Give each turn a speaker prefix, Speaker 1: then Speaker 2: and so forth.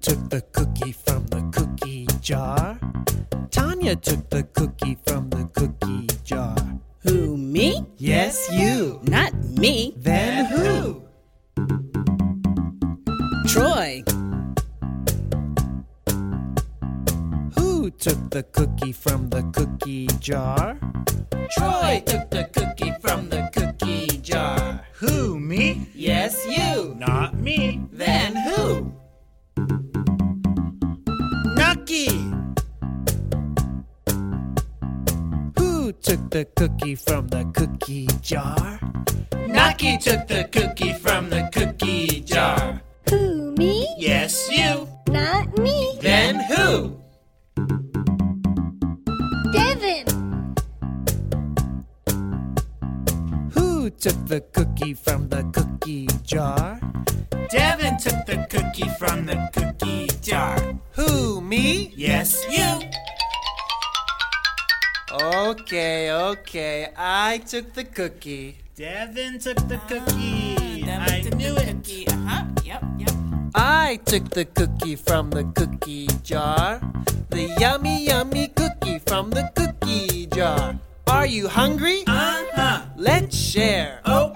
Speaker 1: took the cookie from the cookie jar. Tanya took the cookie from the cookie jar.
Speaker 2: Who, me?
Speaker 1: Yes, you.
Speaker 2: Not me.
Speaker 1: Then who?
Speaker 2: Troy.
Speaker 1: Who took the cookie from the cookie jar?
Speaker 2: Troy took the cookie from the cookie jar.
Speaker 1: Who, me?
Speaker 2: Yes, you.
Speaker 1: Not me.
Speaker 2: Then who?
Speaker 1: Nucky! Who took the cookie from the cookie jar?
Speaker 2: Nucky took the cookie from the cookie jar.
Speaker 3: Who, me?
Speaker 2: Yes, you.
Speaker 3: Not me.
Speaker 2: Then who?
Speaker 3: Devin.
Speaker 1: Who took the cookie from the cookie jar?
Speaker 2: Devin took the cookie from the cookie jar.
Speaker 1: Who, me?
Speaker 2: Yes, you.
Speaker 1: Okay, okay, I took the cookie. Ah,
Speaker 2: Devin took the cookie. I knew it. Uh-huh. Yep, yep.
Speaker 1: I took the cookie from the cookie jar. The yummy, yummy cookie from the cookie jar. Are you hungry?
Speaker 2: Uh-huh.
Speaker 1: Let's share.
Speaker 2: Oh,
Speaker 1: Mmm.